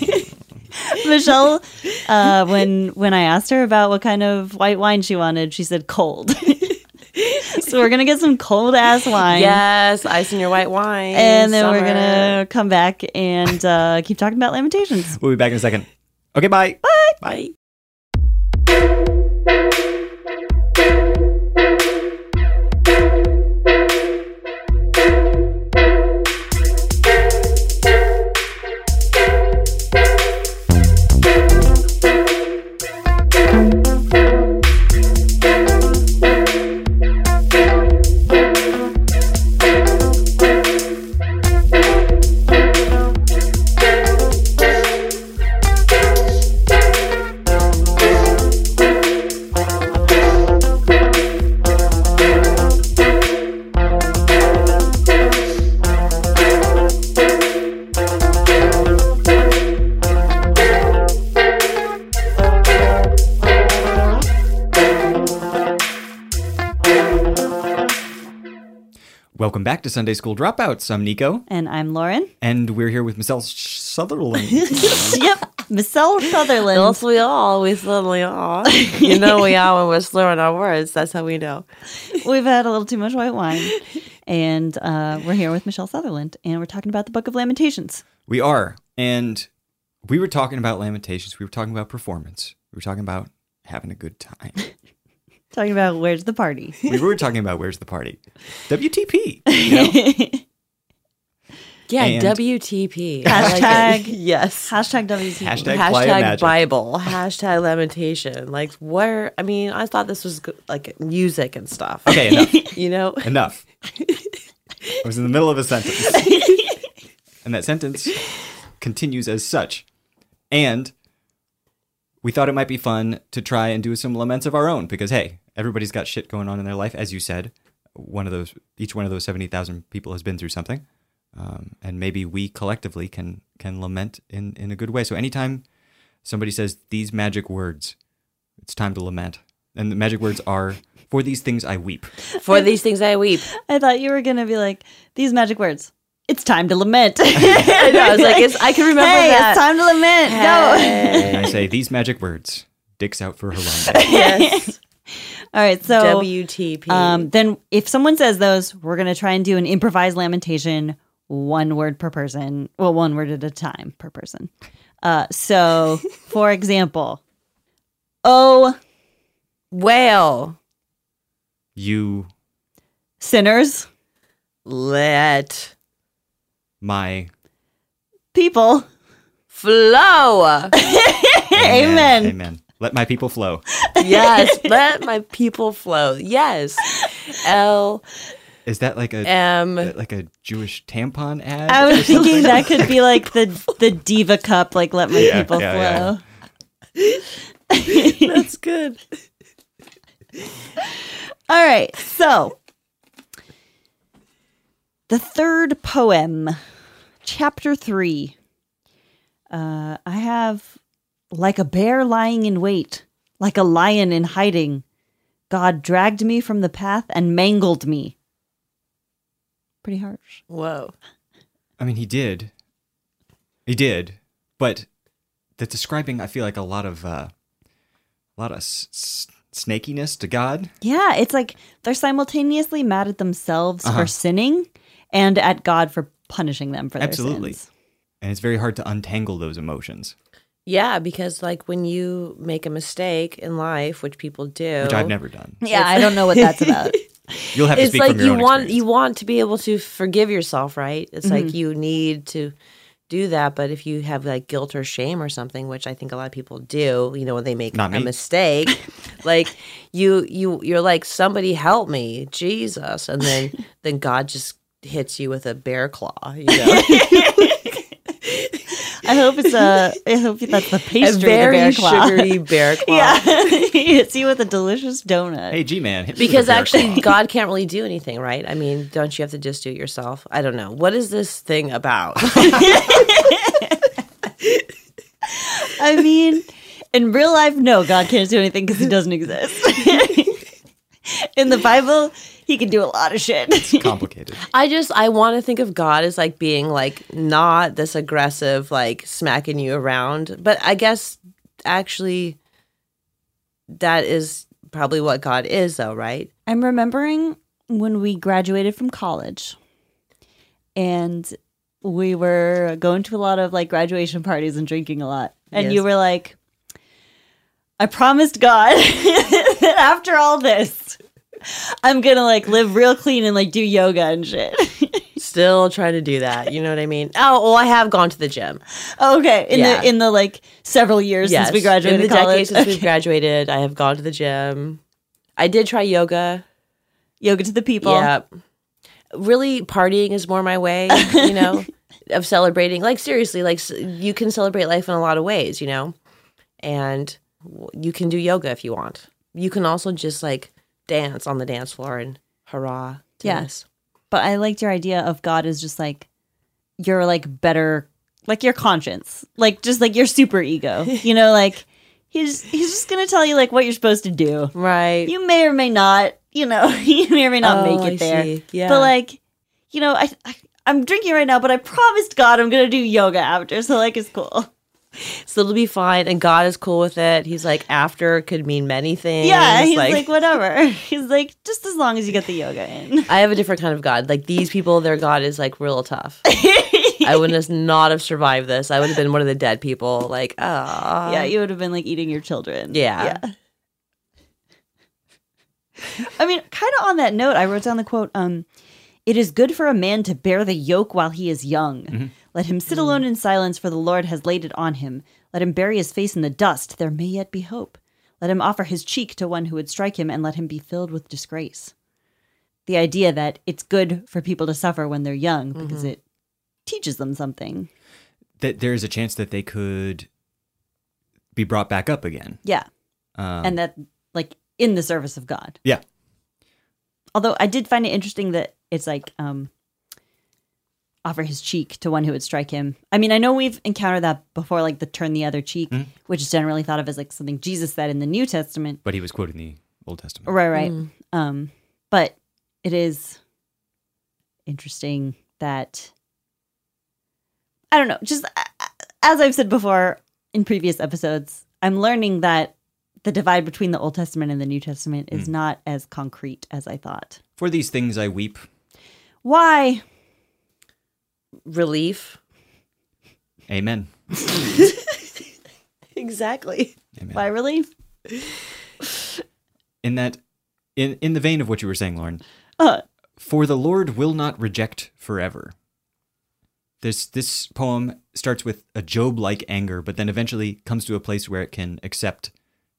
Speaker 1: Michelle, uh, when when I asked her about what kind of white wine she wanted, she said cold. so we're gonna get some cold ass wine.
Speaker 3: Yes, ice in your white wine.
Speaker 1: And then we're
Speaker 3: summer.
Speaker 1: gonna come back and uh, keep talking about Lamentations.
Speaker 2: we'll be back in a second. Okay, bye.
Speaker 3: Bye.
Speaker 2: Welcome back to Sunday School Dropouts. I'm Nico,
Speaker 1: And I'm Lauren.
Speaker 2: and we're here with Michelle Sutherland.
Speaker 1: yep, Michelle Sutherland.
Speaker 3: Else we all, we suddenly are. You know we are when we're slurring our words. That's how we know.
Speaker 1: We've had a little too much white wine, and uh, we're here with Michelle Sutherland, and we're talking about the Book of Lamentations.
Speaker 2: We are. And we were talking about Lamentations. We were talking about performance. We were talking about having a good time.
Speaker 1: Talking about where's the party?
Speaker 2: we were talking about where's the party. WTP. you know?
Speaker 3: Yeah,
Speaker 2: And-
Speaker 3: WTP. I like it.
Speaker 1: Hashtag-
Speaker 3: yes.
Speaker 1: Hashtag WTP.
Speaker 2: Hashtag- Play
Speaker 3: Hashtag
Speaker 2: Magic.
Speaker 3: Bible. Hashtag lamentation. Like where? I mean, I thought this was go- like music and stuff.
Speaker 2: Okay, enough.
Speaker 3: You know.
Speaker 2: enough. I was in the middle of a sentence. and that sentence continues as such. And we thought it might be fun to try and do some laments of our own because, hey, everybody's got shit going on in their life, as you said. One of those, each one of those seventy thousand people has been through something, um, and maybe we collectively can can lament in in a good way. So anytime somebody says these magic words, it's time to lament, and the magic words are for these things I weep.
Speaker 3: For these things I weep.
Speaker 1: I thought you were gonna be like these magic words. It's time to lament. I
Speaker 3: I know. I was like, it's, I can remember
Speaker 1: hey,
Speaker 3: that.
Speaker 1: it's time to lament.
Speaker 2: And I say these magic words, dicks out for her long.
Speaker 3: yes.
Speaker 1: No. All right. So
Speaker 3: WTP.
Speaker 1: Um, then if someone says those, we're gonna try and do an improvised lamentation, one word per person. Well, one word at a time per person. Uh, so, for example, oh
Speaker 3: Whale.
Speaker 2: You,
Speaker 1: sinners,
Speaker 3: Let
Speaker 2: my.
Speaker 1: people,
Speaker 3: flow.
Speaker 1: Amen.
Speaker 2: Amen. Let my people flow.
Speaker 3: yes. Let my people flow. Yes. L
Speaker 2: Is that like a
Speaker 3: M.
Speaker 2: like a Jewish tampon ad?
Speaker 1: I
Speaker 2: or
Speaker 1: was thinking
Speaker 2: something?
Speaker 1: that could be like the the diva cup, like let my
Speaker 2: Yeah,
Speaker 1: people
Speaker 2: yeah,
Speaker 1: flow.
Speaker 2: yeah.
Speaker 3: That's good.
Speaker 1: All right, so the third poem, chapter three. Uh, I have like a bear lying in wait, like a lion in hiding. God dragged me from the path and mangled me. Pretty harsh.
Speaker 3: Whoa.
Speaker 2: I mean, he did. He did, but that's describing. I feel like a lot of uh, a lot of s- s- snakiness to God.
Speaker 1: Yeah, it's like they're simultaneously mad at themselves for sinning and at God for punishing them for their
Speaker 2: Absolutely.
Speaker 1: sins.
Speaker 2: And it's very hard to untangle those emotions,
Speaker 3: Yeah, because like when you make a mistake in life, which people do,
Speaker 2: which I've never done.
Speaker 1: Yeah, I don't know what that's about.
Speaker 2: You'll have to
Speaker 3: it's
Speaker 2: speak
Speaker 3: like
Speaker 2: from your
Speaker 3: you
Speaker 2: own
Speaker 3: want
Speaker 2: experience.
Speaker 3: you want to be able to forgive yourself, right? It's
Speaker 1: Mm-hmm.
Speaker 3: like you need to do that, but if you have like guilt or shame or something, which I think a lot of people do, you know, when they make
Speaker 2: Not
Speaker 3: a
Speaker 2: me.
Speaker 3: mistake, like you you you're like somebody help me, Jesus, and then then God just hits you with a bear claw, you know.
Speaker 1: I hope it's a. I hope that's the
Speaker 3: a
Speaker 1: pastry.
Speaker 3: very
Speaker 1: the bear claw.
Speaker 3: sugary bear claw.
Speaker 1: Yeah, he hits you with a delicious donut.
Speaker 2: hey, G man, hit me with a
Speaker 3: Because
Speaker 2: bear
Speaker 3: actually,
Speaker 2: claw.
Speaker 3: God can't really do anything, right? I mean, don't you have to just do it yourself? I don't know. What is this thing about?
Speaker 1: I mean, in real life, no, God can't do anything because he doesn't exist. in the Bible, he can do a lot of shit.
Speaker 2: complicated.
Speaker 3: I just I want to think of God as like being like not this aggressive, like smacking you around. But I guess actually, that is probably what God is, though, right?
Speaker 1: I'm remembering when we graduated from college and we were going to a lot of like graduation parties and drinking a lot. And
Speaker 3: Yes.
Speaker 1: you were like, I promised God that after all this, I'm gonna like live real clean and like do yoga and shit.
Speaker 3: Still trying to do that. You know what I mean? Oh, well, I have gone to the gym.
Speaker 1: okay. In
Speaker 3: Yeah.
Speaker 1: the in the like several years
Speaker 3: yes,
Speaker 1: since we graduated
Speaker 3: in the decade
Speaker 1: college.
Speaker 3: since we graduated, I have gone to the gym. I did try yoga.
Speaker 1: Yoga to the people.
Speaker 3: Yeah. Really, partying is more my way, you know, of celebrating. Like, seriously, like, s- you can celebrate life in a lot of ways, you know? And w- you can do yoga if you want. You can also just, like, dance on the dance floor and hurrah. to
Speaker 1: Yeah.
Speaker 3: this.
Speaker 1: But I liked your idea of God is just like your like better like your conscience. Like just like your super ego. You know, like he's he's just gonna tell you like what you're supposed to do.
Speaker 3: Right.
Speaker 1: You may or may not, you know, you may or may not
Speaker 3: Oh,
Speaker 1: make it
Speaker 3: I
Speaker 1: there.
Speaker 3: see. Yeah.
Speaker 1: But like, you know, I, I I'm drinking right now, but I promised God I'm gonna do yoga after, so like it's cool.
Speaker 3: so it'll be fine. And God is cool with it. He's like, after could mean many things.
Speaker 1: yeah, he's like, whatever. He's like, just as long as you get the yoga in.
Speaker 3: I have a different kind of God. Like, these people, their God is like real tough. I would have not have survived this. I would have been one of the dead people. Like, ah,
Speaker 1: yeah, you would have been like eating your children.
Speaker 3: Yeah.
Speaker 1: Yeah. I mean, kind of on that note, I wrote down the quote um, It is good for a man to bear the yoke while he is young. Let him sit alone in silence, for the Lord has laid it on him. Let him bury his face in the dust. There may yet be hope. Let him offer his cheek to one who would strike him, and let him be filled with disgrace. The idea that it's good for people to suffer when they're young because it teaches them something.
Speaker 2: That there is a chance that they could be brought back up again.
Speaker 1: Yeah.
Speaker 2: Um,
Speaker 1: and that, like, in the service of God.
Speaker 2: yeah.
Speaker 1: Although I did find it interesting that it's like um offer his cheek to one who would strike him. I mean, I know we've encountered that before, like the turn the other cheek,
Speaker 2: Mm-hmm.
Speaker 1: which is generally thought of as like something Jesus said in the New Testament.
Speaker 2: But he was quoting the Old Testament.
Speaker 1: Right, right. Um, but it is interesting that I don't know. Just uh, as I've said before in previous episodes, I'm learning that the divide between the Old Testament and the New Testament is not as concrete as I thought.
Speaker 2: For these things I weep.
Speaker 1: Why?
Speaker 3: relief.
Speaker 2: Amen.
Speaker 3: Exactly.
Speaker 2: Amen.
Speaker 1: Why relief?
Speaker 2: In that, in in the vein of what you were saying, Lauren,
Speaker 1: Uh,
Speaker 2: for the Lord will not reject forever. This this poem starts with a Job like anger, but then eventually comes to a place where it can accept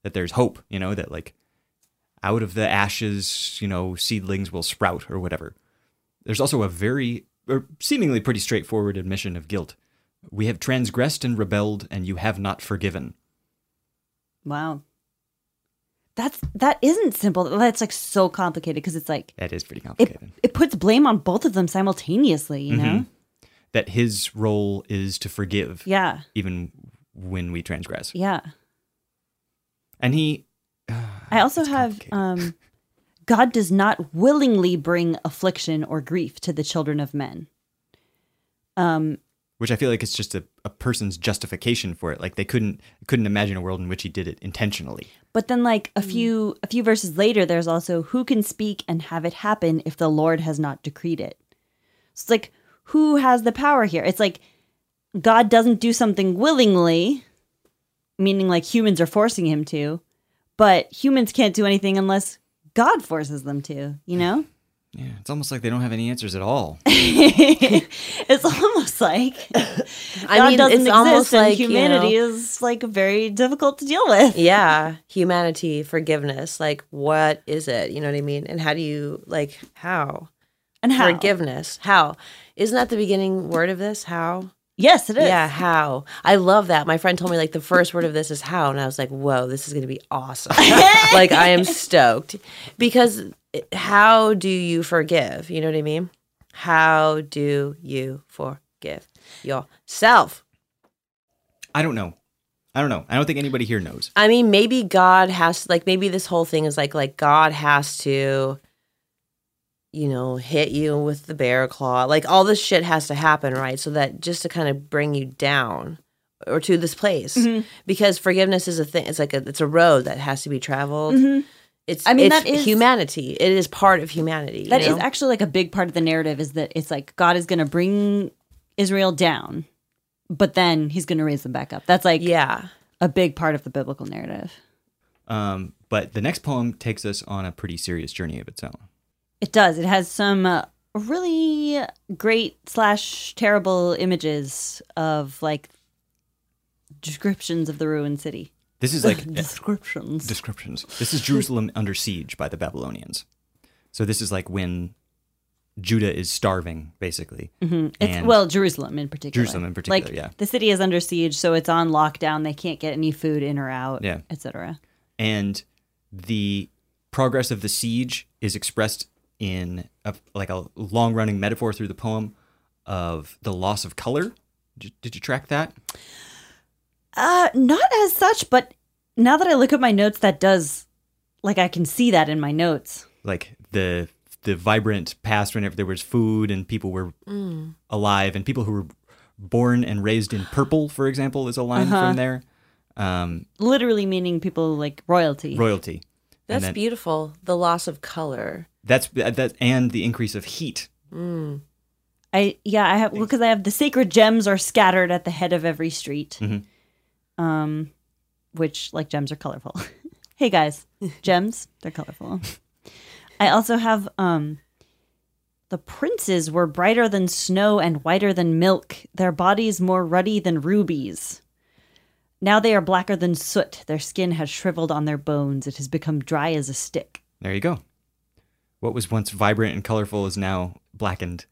Speaker 2: that there's hope, you know, that like out of the ashes, you know, seedlings will sprout or whatever. There's also a very or seemingly pretty straightforward admission of guilt. We have transgressed and rebelled, and you have not forgiven.
Speaker 1: wow. That's that isn't simple. That's like so complicated because it's like
Speaker 2: That is pretty complicated.
Speaker 1: it it puts blame on both of them simultaneously. You know?
Speaker 2: that his role is to forgive,
Speaker 1: Yeah.
Speaker 2: even when we transgress.
Speaker 1: Yeah.
Speaker 2: And he
Speaker 1: I also have um, God does not willingly bring affliction or grief to the children of men.
Speaker 2: which I feel like it's just a, a person's justification for it. Like they couldn't couldn't imagine a world in which he did it intentionally.
Speaker 1: But then, like a few a few verses later, there's also who can speak and have it happen if the Lord has not decreed it. So it's like who has the power here? It's like God doesn't do something willingly, meaning like humans are forcing him to, but humans can't do anything unless God forces them to. You know,
Speaker 2: Yeah, it's almost like they don't have any answers at all.
Speaker 1: it's almost like
Speaker 3: I
Speaker 1: God
Speaker 3: mean,
Speaker 1: doesn't
Speaker 3: it's
Speaker 1: exist
Speaker 3: almost
Speaker 1: and
Speaker 3: like you
Speaker 1: humanity
Speaker 3: know-
Speaker 1: is like very difficult to deal with.
Speaker 3: yeah, humanity, forgiveness. Like, what is it? You know what I mean? And how do you like how?
Speaker 1: And how?
Speaker 3: forgiveness? How? Isn't that the beginning word of this? How?
Speaker 1: Yes, it is.
Speaker 3: Yeah, how? I love that. My friend told me like the first word of this is how, and I was like, whoa, this is gonna be awesome. like
Speaker 1: Mm-hmm.
Speaker 3: I am stoked because it- how do you forgive? You know what I mean? How do you forgive yourself?
Speaker 2: I don't know. I don't know. I don't think anybody here knows.
Speaker 3: I mean, maybe God has like maybe this whole thing is like like God has to, you know, hit you with the bear claw. Like all this shit has to happen, right? So that just to kind of bring you down or to this place
Speaker 1: Mm-hmm.
Speaker 3: because forgiveness is a thing. It's like a it's a road that has to be traveled. It's
Speaker 1: Mm-hmm. I
Speaker 3: I
Speaker 1: mean,
Speaker 3: mean it's
Speaker 1: that is-
Speaker 3: humanity. It is part of humanity.
Speaker 1: That
Speaker 3: you
Speaker 1: is
Speaker 3: know?
Speaker 1: actually like a big part of the narrative is that it's like God is going to bring Israel down, but then he's going to raise them back up. That's like
Speaker 3: yeah.
Speaker 1: a big part of the biblical narrative.
Speaker 2: Um, but the next poem takes us on a pretty serious journey of its own.
Speaker 1: It does. It has some uh, really great slash terrible images of like descriptions of the ruined city.
Speaker 2: This is like eh,
Speaker 1: descriptions.
Speaker 2: descriptions. This is Jerusalem under siege by the Babylonians. So this is like when Judah is starving, basically.
Speaker 1: Mm-hmm. It's
Speaker 2: And-
Speaker 1: well, Jerusalem in particular.
Speaker 2: Jerusalem in particular,
Speaker 1: Like,
Speaker 2: yeah.
Speaker 1: The city is under siege, so it's on lockdown. They can't get any food in or out,
Speaker 2: Yeah.
Speaker 1: etc.
Speaker 2: and the progress of the siege is expressed in a, like a long running metaphor through the poem of the loss of color. Did you, did you track that?
Speaker 1: Uh, not as such, but now that I look at my notes, that does like I can see that in my notes.
Speaker 2: Like the the vibrant past whenever there was food and people were alive and people who were born and raised in purple, for example, is a line from there. Um,
Speaker 1: Literally meaning people like royalty.
Speaker 2: royalty.
Speaker 3: That's
Speaker 2: then-
Speaker 3: beautiful. The loss of color.
Speaker 2: That's that and the increase of heat.
Speaker 1: I yeah, I have well because I have the sacred gems are scattered at the head of every street.
Speaker 2: Mhm.
Speaker 1: Um, which like gems are colorful. hey guys, gems they're colorful. I also have um, the princes were brighter than snow and whiter than milk. Their bodies more ruddy than rubies. Now they are blacker than soot. Their skin has shriveled on their bones. It has become dry as a stick.
Speaker 2: There you go. What was once vibrant and colorful is now blackened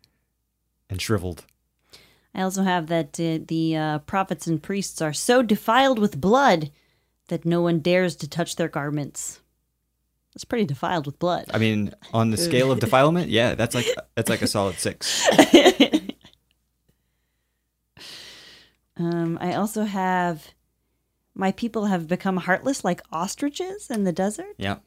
Speaker 2: and shriveled.
Speaker 1: I also have that uh, the uh, prophets and priests are so defiled with blood that no one dares to touch their garments. That's pretty defiled with blood.
Speaker 2: I mean, on the scale of defilement, yeah, that's like that's like a solid six.
Speaker 1: um, I also have my people have become heartless like ostriches in the desert.
Speaker 2: Yeah.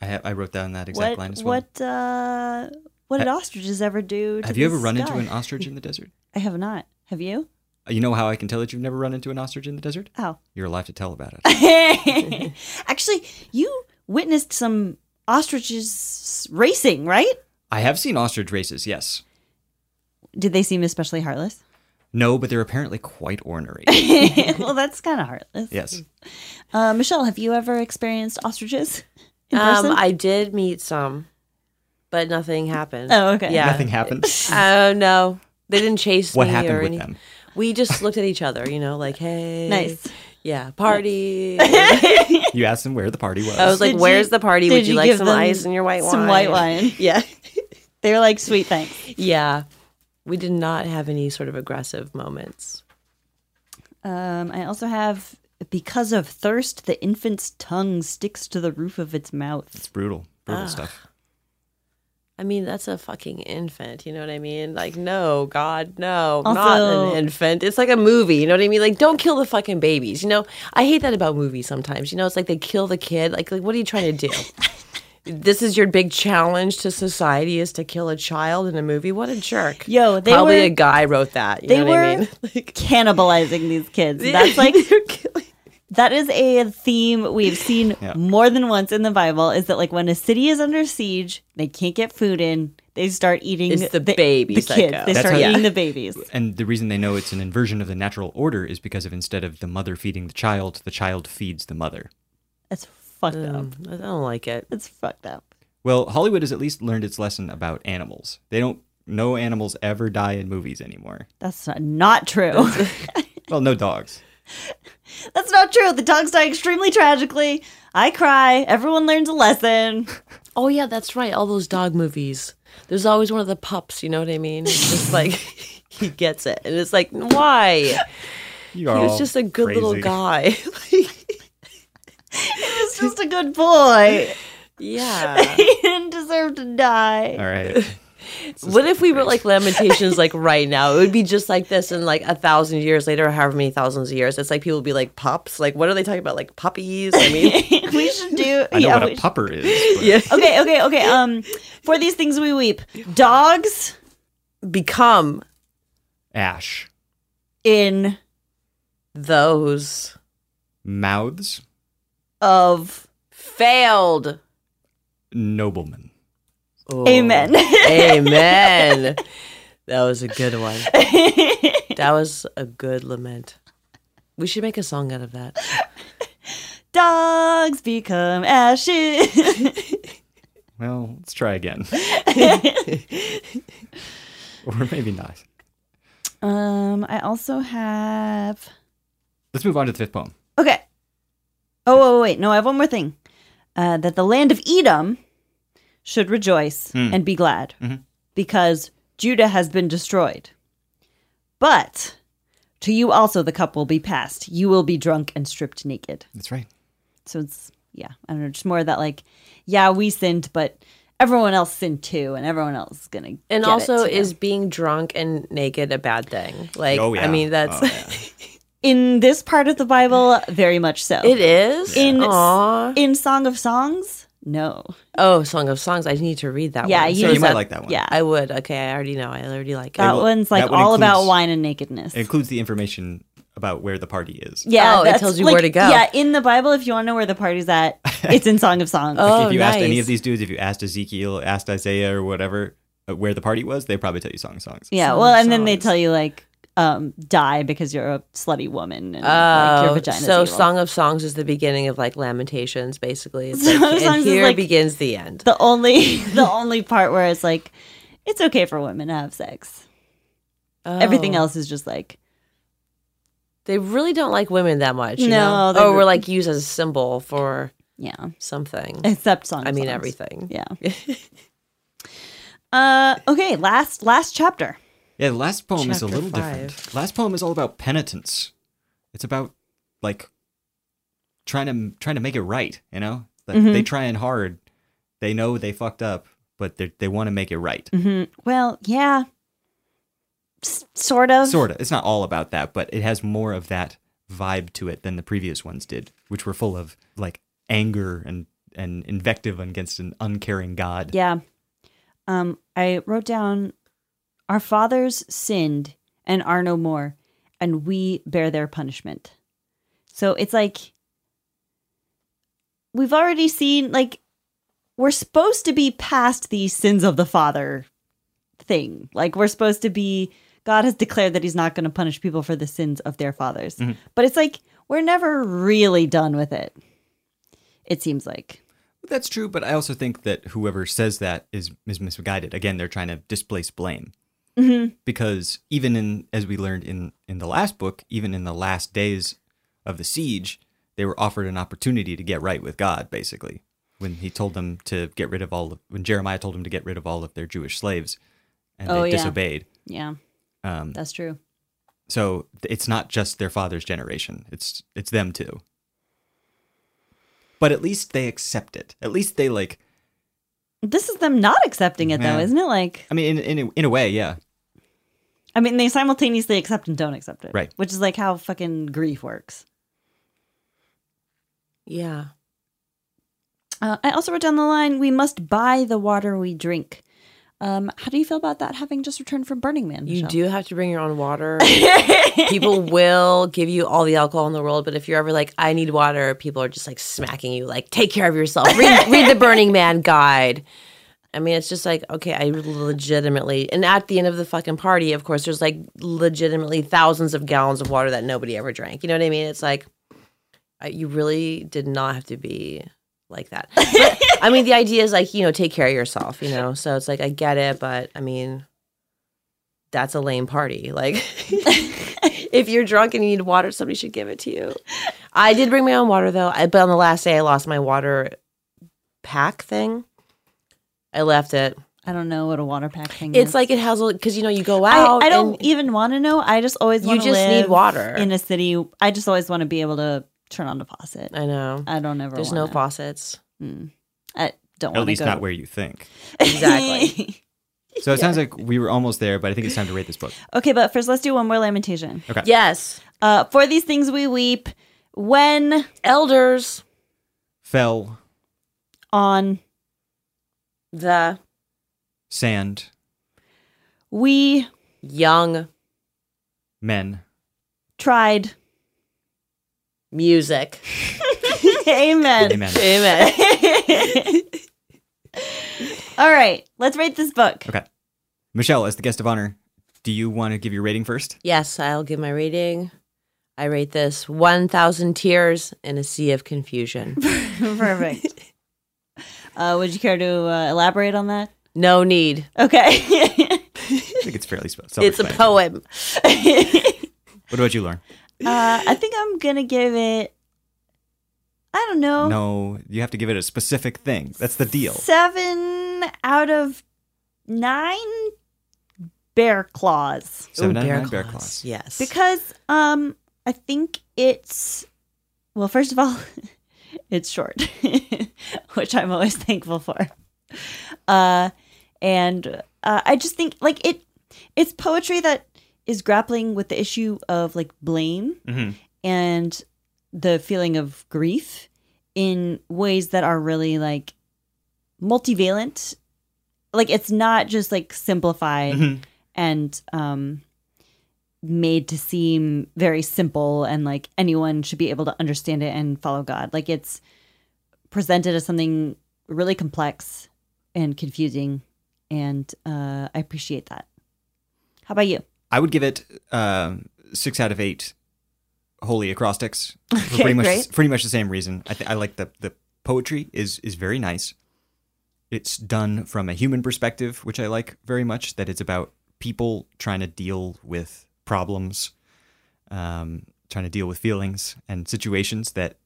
Speaker 2: I ha- I wrote down that exact
Speaker 1: what
Speaker 2: line as well.
Speaker 1: what uh, what did ostriches ever do? To
Speaker 2: Have you ever
Speaker 1: this
Speaker 2: run
Speaker 1: sky?
Speaker 2: into an ostrich in the desert? Uh,
Speaker 1: I have not. Have you?
Speaker 2: You know how I can tell that you've never run into an ostrich in the desert?
Speaker 1: Oh.
Speaker 2: You're alive to tell about it.
Speaker 1: Actually, you witnessed some ostriches racing, right?
Speaker 2: I have seen ostrich races, yes.
Speaker 1: Did they seem especially heartless?
Speaker 2: No, but they're apparently quite ornery.
Speaker 1: well, that's kind of heartless.
Speaker 2: yes.
Speaker 1: Uh, Michelle, have you ever experienced ostriches in
Speaker 3: Um,
Speaker 1: person?
Speaker 3: I did meet some, but nothing happened.
Speaker 1: Oh, okay.
Speaker 3: Yeah.
Speaker 2: Nothing happened.
Speaker 3: Oh no, they didn't chase
Speaker 2: What
Speaker 3: me
Speaker 2: happened
Speaker 3: or
Speaker 2: with
Speaker 3: anything.
Speaker 2: them?
Speaker 3: We just looked at each other, you know, like hey,
Speaker 1: Nice.
Speaker 3: yeah, party.
Speaker 2: You asked them where the party was.
Speaker 3: I was like,
Speaker 1: Did
Speaker 3: "Where's
Speaker 1: you-
Speaker 3: the party?
Speaker 1: did
Speaker 3: Would you,
Speaker 1: you
Speaker 3: like
Speaker 1: give
Speaker 3: some
Speaker 1: them
Speaker 3: ice in your white wine?"
Speaker 1: Some white wine.
Speaker 3: Yeah,
Speaker 1: They're like, sweet, thanks.
Speaker 3: yeah. We did not have any sort of aggressive moments.
Speaker 1: Um, I also have, because of thirst, the infant's tongue sticks to the roof of its mouth.
Speaker 2: it's brutal.
Speaker 1: Ah.
Speaker 2: Brutal stuff.
Speaker 3: I mean, that's a fucking infant. You know what I mean? Like, no, God, no, not
Speaker 1: Also-
Speaker 3: an infant. It's like a movie. You know what I mean? Like, don't kill the fucking babies. You know, I hate that about movies sometimes. You know, it's like they kill the kid. Like, like what are you trying to do? this is your big challenge to society is to kill a child in a movie. What a jerk!
Speaker 1: Yo, they
Speaker 3: probably
Speaker 1: were-
Speaker 3: a guy wrote that. You
Speaker 1: They
Speaker 3: know what
Speaker 1: were
Speaker 3: I mean? Like,
Speaker 1: cannibalizing these kids. That's like
Speaker 3: they're killing.
Speaker 1: That is a theme we've seen
Speaker 2: Yeah.
Speaker 1: more than once in the Bible. Is that like when a city is under siege, they can't get food in, they start eating
Speaker 3: It's the baby
Speaker 1: the
Speaker 3: psycho.
Speaker 1: kids. They
Speaker 3: That's
Speaker 1: start
Speaker 2: how-
Speaker 1: eating
Speaker 2: yeah.
Speaker 1: the babies.
Speaker 2: And the reason they know it's an inversion of the natural order is because of instead of the mother feeding the child, the child feeds the mother.
Speaker 1: That's fucked up.
Speaker 3: Um, I don't like it.
Speaker 1: That's fucked up.
Speaker 2: Well, Hollywood has at least learned its lesson about animals. They don't no animals ever die in movies anymore.
Speaker 1: That's not, not true.
Speaker 2: Well, no dogs.
Speaker 1: That's not true. The dogs die extremely tragically. I cry. Everyone learns a lesson.
Speaker 3: Oh yeah, that's right. All those dog movies. There's always one of the pups. You know what I mean? It's just like he gets it, and it's like why?
Speaker 2: You are
Speaker 3: He was
Speaker 2: all
Speaker 3: just a good little
Speaker 2: Oh, crazy.
Speaker 3: guy. Like,
Speaker 1: It's just a good boy.
Speaker 3: yeah.
Speaker 1: He didn't deserve to die.
Speaker 2: All right.
Speaker 3: What if we were like Lamentations, like right now? It would be just like this, and like a thousand years later, however many thousands of years, it's like people would be like pups. Like, what are they talking about? Like puppies? I mean,
Speaker 1: we should do.
Speaker 2: I know
Speaker 1: yeah,
Speaker 2: what
Speaker 1: we
Speaker 2: a pupper is. but-
Speaker 3: Yeah.
Speaker 1: okay, okay, okay. Um, for these things we weep. Dogs
Speaker 3: become
Speaker 2: Ash.
Speaker 1: in
Speaker 3: those
Speaker 2: Mouths.
Speaker 1: of
Speaker 3: failed.
Speaker 2: Noblemen.
Speaker 3: Oh.
Speaker 1: amen.
Speaker 3: Amen. That was a good one. That was a good lament. We should make a song out of that.
Speaker 1: Dogs become ashes.
Speaker 2: Well, let's try again. or maybe not.
Speaker 1: um, I also have.
Speaker 2: Let's move on to the fifth poem.
Speaker 1: Okay. Oh, oh, wait. No, I have one more thing. Uh, that the land of Edom should rejoice and be glad because Judah has been destroyed. But to you also the cup will be passed. You will be drunk and stripped naked.
Speaker 2: That's right.
Speaker 1: So it's, yeah, I don't know, just more of that like, yeah, we sinned, but everyone else sinned too, and everyone else is going to.
Speaker 3: And also, is being drunk and naked a bad thing? Like,
Speaker 2: Oh, yeah.
Speaker 3: I mean, that's
Speaker 2: Oh, yeah.
Speaker 1: In this part of the Bible, very much so.
Speaker 2: Oh,
Speaker 3: it is.
Speaker 1: In-
Speaker 3: Aw.
Speaker 1: In Song of Songs, no.
Speaker 3: oh, Song of Songs. I need to read that.
Speaker 1: Yeah,
Speaker 3: one.
Speaker 1: you,
Speaker 2: So you
Speaker 1: just
Speaker 2: might
Speaker 1: have-
Speaker 2: like that one.
Speaker 1: Yeah,
Speaker 3: I would. Okay, I already know. I already like
Speaker 1: That
Speaker 3: it.
Speaker 2: will-
Speaker 1: one's like
Speaker 2: that one
Speaker 1: all about
Speaker 2: includes-
Speaker 1: wine and nakedness.
Speaker 2: It includes the information about where the party is.
Speaker 1: yeah,
Speaker 3: Oh, it
Speaker 1: that's-
Speaker 3: tells you
Speaker 1: like-
Speaker 3: where to go.
Speaker 1: Yeah, in the Bible, if you want to know where the party's at, it's in Song of Songs.
Speaker 3: Oh,
Speaker 2: if you asked any
Speaker 3: nice.
Speaker 2: of these dudes, if you asked Ezekiel, asked Isaiah or whatever, uh, where the party was, they probably tell you song of songs.
Speaker 1: Yeah,
Speaker 3: Song
Speaker 1: well,
Speaker 3: of
Speaker 1: and then they
Speaker 3: Songs.
Speaker 1: tell you like um, die because you're a slutty woman and like, your
Speaker 3: Oh,
Speaker 1: vagina's
Speaker 3: so
Speaker 1: evil.
Speaker 3: Song of Songs is the beginning of like Lamentations, basically. It's
Speaker 1: Song
Speaker 3: like,
Speaker 1: of Songs
Speaker 3: and
Speaker 1: is
Speaker 3: here
Speaker 1: like-
Speaker 3: begins the end.
Speaker 1: the only the only part where it's like it's okay for women to have sex. Everything
Speaker 3: Oh.
Speaker 1: else is just like
Speaker 3: they really don't like women that much. You
Speaker 1: No,
Speaker 3: know?
Speaker 1: they
Speaker 3: or
Speaker 1: re-
Speaker 3: we're like used as a symbol for
Speaker 1: yeah,
Speaker 3: something.
Speaker 1: except song. of
Speaker 3: I mean
Speaker 1: Songs.
Speaker 3: everything.
Speaker 1: Yeah. uh, okay, last last chapter.
Speaker 2: Yeah, the last poem is a
Speaker 3: Chapter
Speaker 2: little different. Last poem is all about penitence. It's about like trying to trying to make it right. You know, like, they trying hard. They know they fucked up, but they they want to make it right.
Speaker 3: Mm-hmm.
Speaker 1: hmm Well, yeah, S- sort of.
Speaker 2: Sort of. It's not all about that, but it has more of that vibe to it than the previous ones did, which were full of like anger and and invective against an uncaring God.
Speaker 1: Yeah. Um, I wrote down our fathers sinned and are no more, and we bear their punishment. So it's like we've already seen like we're supposed to be past the sins of the father thing. Like we're supposed to be God has declared that he's not going to punish people for the sins of their fathers. But it's like we're never really done with it. It seems like.
Speaker 2: That's true, but I also think that whoever says that is is misguided. Again, they're trying to displace blame.
Speaker 1: Mm-hmm.
Speaker 2: Because even in as we learned in in the last book, even in the last days of the siege, they were offered an opportunity to get right with God, basically. When he told them to get rid of all of, when Jeremiah told them to get rid of all of their Jewish slaves and
Speaker 1: Oh,
Speaker 2: they
Speaker 1: yeah.
Speaker 2: disobeyed.
Speaker 1: Yeah.
Speaker 2: Um,
Speaker 1: That's true.
Speaker 2: so th- it's not just their father's generation. It's it's them too. But at least they accept it. At least they like
Speaker 1: This is them not accepting it,
Speaker 2: Yeah.
Speaker 1: though, isn't it? Like,
Speaker 2: I mean, in in a, in a way, yeah.
Speaker 1: I mean, they simultaneously accept and don't accept it,
Speaker 2: Right.
Speaker 1: Which is like how fucking grief works.
Speaker 3: Yeah.
Speaker 1: Uh, I also wrote down the line: "We must buy the water we drink." Um, how do you feel about that? Having just returned from Burning Man,
Speaker 3: You
Speaker 1: Michelle?
Speaker 3: do have to bring your own water. people will give you all the alcohol in the world, but if you're ever like, I need water, people are just like smacking you, like, take care of yourself. Read, read the Burning Man guide. I mean, it's just like, okay, I legitimately, and at the end of the fucking party, of course, there's like legitimately thousands of gallons of water that nobody ever drank. You know what I mean? It's like, I- you really did not have to be like that. But, I mean, the idea is like, you know, take care of yourself, you know? So it's like, I get it, but I mean, that's a lame party. Like, if you're drunk and you need water, somebody should give it to you. I did bring my own water though, I, but on the last day, I lost my water pack thing. I left it.
Speaker 1: I don't know what a water pack thing is.
Speaker 3: It's like it has a because you know you go
Speaker 1: I,
Speaker 3: out.
Speaker 1: I don't
Speaker 3: and
Speaker 1: even want to know. I just always
Speaker 3: You
Speaker 1: wanna
Speaker 3: just
Speaker 1: live
Speaker 3: need water.
Speaker 1: in a city. I just always want to be able to turn on the faucet.
Speaker 3: I know.
Speaker 1: I don't ever.
Speaker 3: There's no
Speaker 1: wanna- Mm.
Speaker 3: faucets.
Speaker 1: I don't.
Speaker 2: At
Speaker 1: wanna
Speaker 2: least
Speaker 1: go
Speaker 2: not
Speaker 1: to-
Speaker 2: where you think.
Speaker 3: Exactly.
Speaker 2: So it sounds like we were almost there, but I think it's time to rate this book.
Speaker 1: okay, but first, let's do one more lamentation.
Speaker 2: Okay.
Speaker 3: Yes,
Speaker 1: Uh, for these things we weep when
Speaker 3: elders.
Speaker 2: Fell,
Speaker 1: on
Speaker 3: The
Speaker 2: sand,
Speaker 1: we
Speaker 3: young
Speaker 2: men,
Speaker 1: tried.
Speaker 3: music.
Speaker 1: Amen.
Speaker 2: amen.
Speaker 3: Amen.
Speaker 1: All right, let's rate this book.
Speaker 2: Okay. Michelle, as the guest of honor, do you want to give your rating first?
Speaker 3: Yes, I'll give my rating. I rate this 1,000 tears in a sea of confusion.
Speaker 1: Perfect. Uh, would you care to uh, elaborate on that?
Speaker 3: No need.
Speaker 1: Okay.
Speaker 2: I think it's fairly sp-
Speaker 3: It's a
Speaker 2: self-explanatory.
Speaker 3: poem.
Speaker 2: What about you, Lauren?
Speaker 1: uh, I think I'm gonna give it. I don't know.
Speaker 3: Oh.
Speaker 2: No, you have to give it a specific thing. That's the deal.
Speaker 1: Seven out of nine bear claws.
Speaker 2: Seven
Speaker 3: Ooh,
Speaker 2: out of nine bear claws.
Speaker 3: Yes.
Speaker 1: because um i think it's well first of all it's short which i'm always thankful for uh and uh, i just think like it it's poetry that is grappling with the issue of like blame
Speaker 2: Mhm.
Speaker 1: and the feeling of grief in ways that are really like multivalent like it's not just like simplified
Speaker 2: Mhm.
Speaker 1: and um made to seem very simple and like anyone should be able to understand it and follow god like it's presented as something really complex and confusing and uh, I appreciate that. How about you?
Speaker 2: I would give it um six out of eight holy acrostics for
Speaker 1: Okay,
Speaker 2: pretty much
Speaker 1: great.
Speaker 2: pretty much the same reason. I, th- I like the the poetry is is very nice. It's done from a human perspective, which I like very much. That it's about people trying to deal with problems, um, trying to deal with feelings and situations that,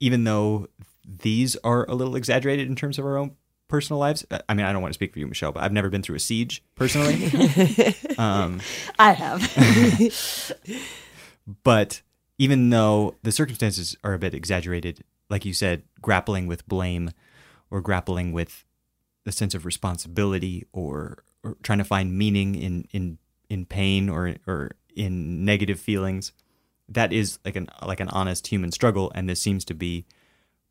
Speaker 2: even though these are a little exaggerated in terms of our own personal lives. I- I mean, I don't want to speak for you, Michelle, but I've never been through a siege personally. um,
Speaker 1: I have.
Speaker 2: but even though the circumstances are a bit exaggerated, like you said, grappling with blame or grappling with a sense of responsibility or, or trying to find meaning in in in pain or or in negative feelings, that is like an like an honest human struggle, and this seems to be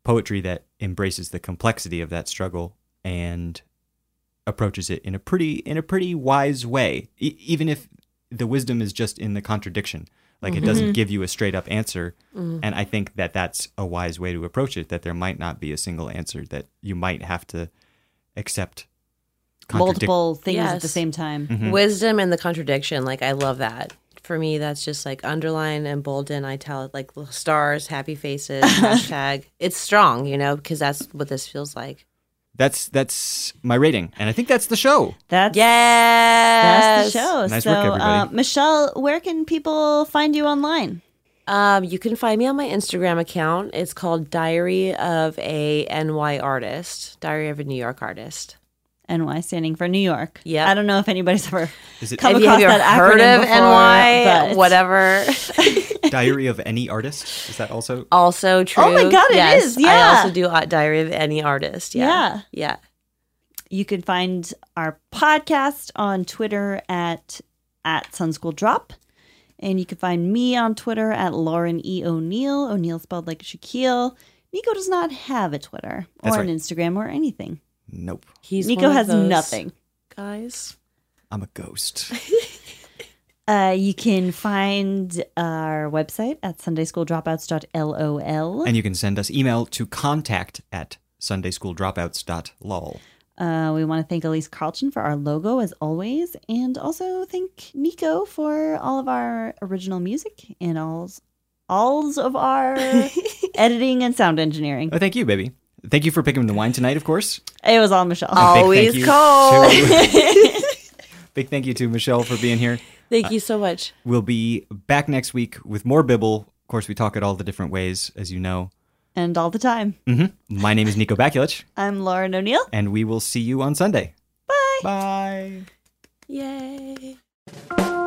Speaker 2: poetry that embraces the complexity of that struggle and approaches it in a pretty in a pretty wise way e- even if the wisdom is just in the contradiction like it doesn't give you a straight up answer
Speaker 3: Mm.
Speaker 2: and i think that that's a wise way to approach it that there might not be a single answer that you might have to accept Mm-hmm. contradic-
Speaker 1: Multiple things at the
Speaker 3: Yes.
Speaker 1: same time.
Speaker 3: Wisdom and the contradiction. Like I love that. For me, that's just like underline and bold and italic, like little stars, happy faces, hashtag. It's strong, you know, because that's what this feels like.
Speaker 2: that's that's my rating and i think that's the show
Speaker 1: That's
Speaker 3: Yes,
Speaker 1: that's the show.
Speaker 2: Nice
Speaker 1: so,
Speaker 2: work,
Speaker 1: Uh,
Speaker 2: everybody.
Speaker 1: Michelle, where can people find you online?
Speaker 3: Um, you can find me on my Instagram account. It's called Diary of a NY Artist, Diary of a New York Artist.
Speaker 1: NY standing for New York.
Speaker 3: Yeah.
Speaker 1: I don't know if anybody's ever
Speaker 2: Is it-
Speaker 1: come
Speaker 3: Have you,
Speaker 1: across
Speaker 3: have you ever
Speaker 1: that
Speaker 3: heard
Speaker 1: acronym
Speaker 3: of
Speaker 1: before,
Speaker 3: NY?
Speaker 1: but-
Speaker 3: Whatever.
Speaker 2: diary of any artist is that also
Speaker 3: also true.
Speaker 1: Oh my God, it
Speaker 3: Yes,
Speaker 1: is.
Speaker 3: I
Speaker 1: Yeah.
Speaker 3: also do uh, Diary of any artist.
Speaker 1: Yeah.
Speaker 3: Yeah. Yeah.
Speaker 1: You can find our podcast on Twitter at at Sunschool Drop. And you can find me on Twitter at Lauren E. O'Neill. O'Neill spelled like Shaquille. Nico does not have a Twitter or
Speaker 2: That's
Speaker 1: an
Speaker 2: right.
Speaker 1: Instagram or anything.
Speaker 2: nope
Speaker 3: He's
Speaker 1: Nico
Speaker 3: one of
Speaker 1: has
Speaker 3: those
Speaker 1: nothing.
Speaker 3: Guys.
Speaker 2: i'm a ghost
Speaker 1: Uh, you can find our website at sundaysschooldropouts.lol.
Speaker 2: and you can send us email to contact at sundaysschooldropouts.lol
Speaker 1: Uh, we want to thank Elise Carlton for our logo, as always, and also thank Nico for all of our original music and all's, all's of our editing and sound engineering.
Speaker 2: oh thank you baby thank you for picking the wine tonight of course
Speaker 1: It was all Michelle.
Speaker 2: A big
Speaker 3: Always
Speaker 2: thank you
Speaker 3: cold.
Speaker 2: to- big thank you to Michelle for being here.
Speaker 3: Thank you so much.
Speaker 2: We'll be back next week with more Bibble. Of course, we talk it all the different ways, as you know.
Speaker 1: And all the time.
Speaker 2: hmm My name is Nico Bakulich,
Speaker 1: I'm Lauren O'Neill.
Speaker 2: and we will see you on Sunday. Bye. Bye.
Speaker 3: Yay.